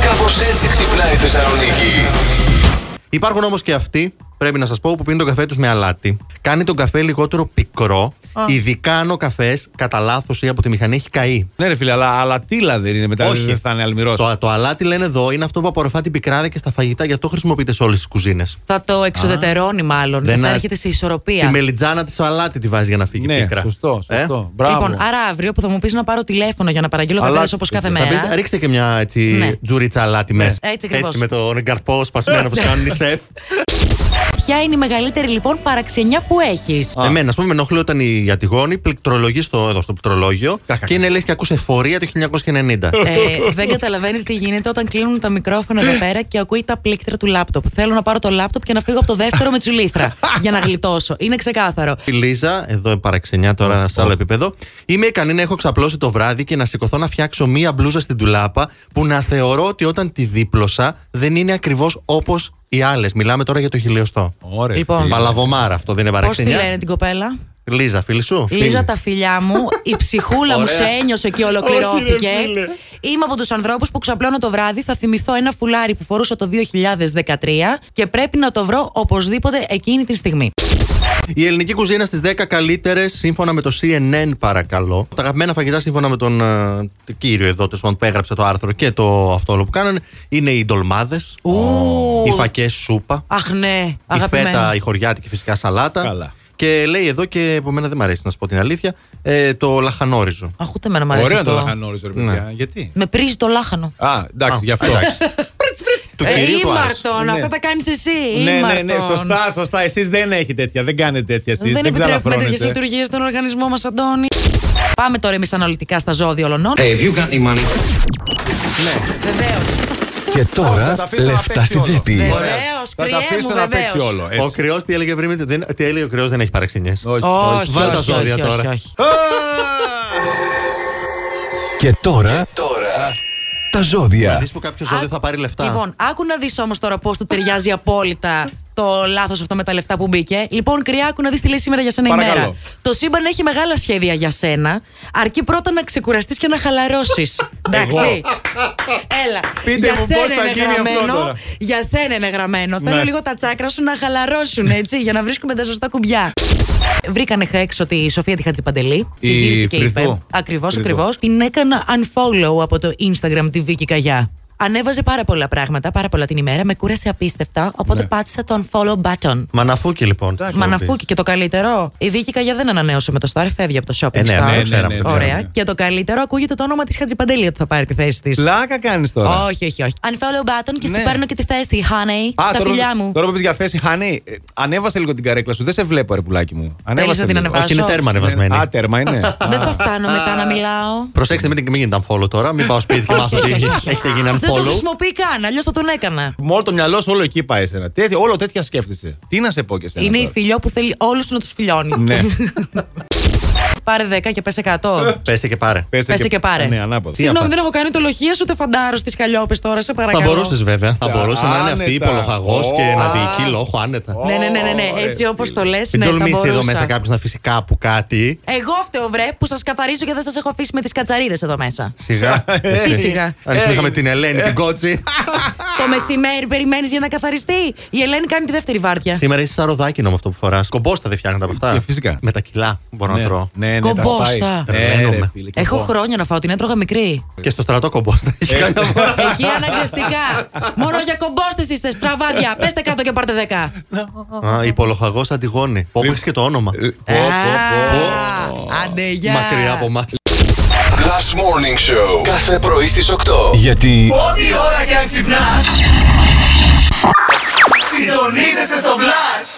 Κάπως έτσι ξυπνάει η Θεσσαλονίκη. Υπάρχουν όμως και αυτοί, πρέπει να σας πω, που πίνουν τον καφέ τους με αλάτι. Κάνει τον καφέ λιγότερο πικρό, ειδικά αν ο καφές κατά λάθος ή από τη μηχανή έχει καεί. Ναι, ρε φίλε, αλλά, αλλά τίλα δεν είναι μετά. Όχι. Δεν θα είναι αλμυρός. Το, το αλάτι λένε εδώ είναι αυτό που απορροφά την πικράδα και στα φαγητά, γι' αυτό χρησιμοποιείται σε όλες τις κουζίνες. Θα το εξουδετερώνει μάλλον. Δεν θα έρχεται σε ισορροπία. Τη μελιτζάνα της αλάτι τη βάζει για να φύγει Ναι, πίκρα. σωστό, Ε? σωστό. Μπράβο. Λοιπόν, άρα αύριο που θα μου πεις να πάρω τηλέφωνο για να παραγγείλω Αλλά- καφέδε όπως κάθε Θα μέρα. πεις, ρίξτε και μια έτσι, Ναι. τζουρίτσα αλάτι μέσα. Έτσι ακριβώς. Ναι. με τον καρπό σπασμένο που σου κάνουν οι σεφ. Ποια είναι η μεγαλύτερη λοιπόν παραξενιά που έχεις. Α. Εμένα, ας πούμε, με ενοχλεί όταν η Αττιγόνη πληκτρολογεί στο, εδώ, στο πληκτρολόγιο Κακά. και είναι λες και ακούσε εφορία το 1990. Ε, δεν καταλαβαίνεις τι γίνεται όταν κλείνουν τα μικρόφωνα εδώ πέρα και ακούει τα πλήκτρα του λάπτοπ. Θέλω να πάρω το λάπτοπ και να φύγω από το δεύτερο με τσουλήθρα για να γλιτώσω. Είναι ξεκάθαρο. Η Λίζα, εδώ παραξενιά τώρα σε άλλο επίπεδο. Είμαι ικανή να έχω ξαπλώσει το βράδυ και να σηκωθώ να φτιάξω μία μπλούζα στην τουλάπα που να θεωρώ ότι όταν τη δίπλωσα δεν είναι ακριβώς όπως οι άλλες. Μιλάμε τώρα για το χιλιοστό. Ωραία. Λοιπόν. φίλε. Παλαβομάρα αυτό δεν είναι Πώς τη παραξενιά. λένε την κοπέλα. Λίζα, φίλη σου. Λίζα τα φιλιά μου, η ψυχούλα μου Ωραία. σε ένιωσε και ολοκληρώθηκε. Όχι, ρε φίλε. Είμαι από τους ανθρώπους που ξαπλώνω το βράδυ. Θα θυμηθώ ένα φουλάρι που φορούσα το 2013 και πρέπει να το βρω οπωσδήποτε εκείνη τη στιγμή. Η ελληνική κουζίνα στις 10 καλύτερες σύμφωνα με το CNN, παρακαλώ. Τα αγαπημένα φαγητά σύμφωνα με τον ε, το κύριο εδώ τέλος πάντων, που έγραψε το άρθρο και το αυτό όλο που κάνανε είναι οι ντολμάδες, Ου. οι φακές σούπα, Αχ, ναι, η φέτα, αγαπημένο. η χωριάτικη φυσικά σαλάτα. Καλά. Και λέει εδώ και που εμένα δεν μου αρέσει να σου πω την αλήθεια, ε, το λαχανόριζο. Αχ, ούτε εμένα μ' αρέσει. Ωραίο το αυτό. λαχανόριζο, ρε παιδιά. Γιατί. Με πρίζει το λάχανο. Α, εντάξει, Ναι. Α, γι' αυτό. εντάξει. του Ε, κυρίου του άρεσε. ήμαρτον, Ναι. αυτά τα κάνεις εσύ. Ναι, ναι, ναι, ήμαρτον. σωστά, σωστά. Εσείς δεν έχετε τέτοια. Δεν κάνετε τέτοια εσείς. Δεν Δεν, επιτρέπουμε τέτοιε ξαλαφρώνετε. λειτουργίες στον οργανισμό μας, Αντώνη. Πάμε τώρα εμείς αναλυτικά στα ζώδια ολονών. Hey, if you got any money. Βεβαίως. Και τώρα τα αφήσω να λεφτά παίξει στην όλο. Ναι. τσέπη. Ωραία. Βεβαίω, Θα τα κρυέ αφήσω Ε, μου, να παίξει βεβαίως. όλο. Ο έτσι. κρυός τι έλεγε πριν, δεν, τι έλεγε ο κρυός δεν έχει παραξενιές. Όχι, Όχι, Βάλ' τα όχι, ζώδια όχι, τώρα. όχι, όχι. Και τώρα Τώρα. τα ζώδια. Δεις που κάποιος ζώδιο θα πάρει λεφτά. Λοιπόν, άκου να δεις όμως τώρα πώς του ταιριάζει απόλυτα το λάθος αυτό με τα λεφτά που μπήκε. Λοιπόν, κρυά, άκου να δεις τι λέει σήμερα για σένα Παρακαλώ. η μέρα. Το σύμπαν έχει μεγάλα σχέδια για σένα. Αρκεί πρώτα να ξεκουραστείς και να χαλαρώσεις. Εντάξει. Έλα. Πείτε για μου πώς σένα θα είναι γίνει αυτό γραμμένο, τώρα. Για σένα είναι γραμμένο. Θέλω Ναι. λίγο τα τσάκρα σου να χαλαρώσουν έτσι, για να βρίσκουμε τα σωστά κουμπιά. Βρήκανε χέξ ότι η Σοφία τη Χατζηπαντελή. Η Τη γύρισε και είπε. Φρυθού. Ακριβώ, Φρυθού. ακριβώς. Την έκανα unfollow από το Instagram τη Βίκη Καγιά. Ανέβαζε πάρα πολλά πράγματα, πάρα πολλά την ημέρα. Με κούρασε απίστευτα. Ναι. Οπότε πάτησα το unfollow button. Μαναφούκι λοιπόν. Μαναφούκι και το καλύτερο. Η Βίκη Καγιά δεν ανανέωσε με το Star, φεύγει από το shopping Ε, ναι, Star. ναι, ναι, ξέραμε. ναι, ναι. Ωραία. Και το καλύτερο ακούγεται το όνομα της Χατζηπαντελή ότι θα πάρει τη θέση της. Πλάκα κάνεις τώρα. Όχι, όχι, όχι. Unfollow button και Ναι. σου παίρνω και τη θέση, honey. τα τώρα, φιλιά μου. τώρα που πεις για θέση, Χάνη, ε, ανέβασε λίγο την καρέκλα σου. Δεν σε βλέπω, ρε πουλάκι μου. Ανέβασε να την λίγο. ανεβάσω. Όχι, είναι τέρμα ανεβασμένη. Α, τέρμα είναι. Δεν θα φτάνω μετά να μιλάω. Ναι. Προσέξτε, μην την μην γίνεται unfollow τώρα. Μην πάω σπίτι και Όχι, μάθω όχι, ότι όχι, όχι. έχετε γίνει Δεν το unfollow. χρησιμοποιεί καν, αλλιώς θα τον έκανα. Μόνο το μυαλό σου όλο εκεί πάει εσένα. Τέτοια, όλο τέτοια σκέφτεσαι. Τι να σε πω Ναι, και σένα. Είναι η τώρα. φιλιό που θέλει όλους να τους φιλιώνει. Ναι, Πάρε 10 και πε 100. Πέσε και πάρε. Ε, πέσε Πέσε και πάρε. Ναι, ανάποδα. Τι να Συγγνώμη, πάρω. δεν έχω κάνει το λοχείο ούτε φαντάρο στις καλλιόπες τώρα, σε Θα παρακαλώ. μπορούσες βέβαια. Θα μπορούσε να είναι αυτή η Άνετα. υπολοχαγό και Ω. να διοικεί λόγο άνετα. Ναι, ναι, ναι, ναι, ναι. Ωραία, έτσι όπως το λες. Μην Ναι, θα τολμήσεις εδώ μπορούσα. μέσα κάποιος να φυσικά κάπου κάτι. Εγώ φταίω, βρε, που σας καθαρίζω και δεν σας έχω αφήσει με τις κατσαρίδες εδώ μέσα. Σιγά. Ε, Τι σιγά. Αν σου είχαμε την Ελένη, την κότσι. Το μεσημέρι περιμένεις για να καθαριστεί. Η Ελένη κάνει τη δεύτερη βάρδια. Σήμερα είσαι σαν ροδάκινο με αυτό που φοράς. Κομπόστα δεν φτιάχνετε από Ε, αυτά. φυσικά. Με τα κιλά μπορώ να Ναι, τρώω. Ναι, ναι, Κομπόστα. τα σπάει. Τρελαίνομαι. Ναι, ρε φίλε, και Έχω εγώ. χρόνια να φάω, την έτρωγα μικρή. ναι. Και στο στρατό κομπόστα. Έχει Ε. κάποια φορά. Εκεί αναγκαστικά. Μόνο για κομπόστες είστε, στραβάδια. Πέστε κάτω και πάρτε 10. Α, Υπολοχαγό αντιγόνη. Όπω και το όνομα. Ε, πω, πω, πω. Α, Άντε, γεια. Μακριά από εμάς. Last Morning Show. Κάθε πρωί στις 8. Γιατί Ό,τι ώρα κι αν ξυπνάς Συντονίζεσαι στο Blast!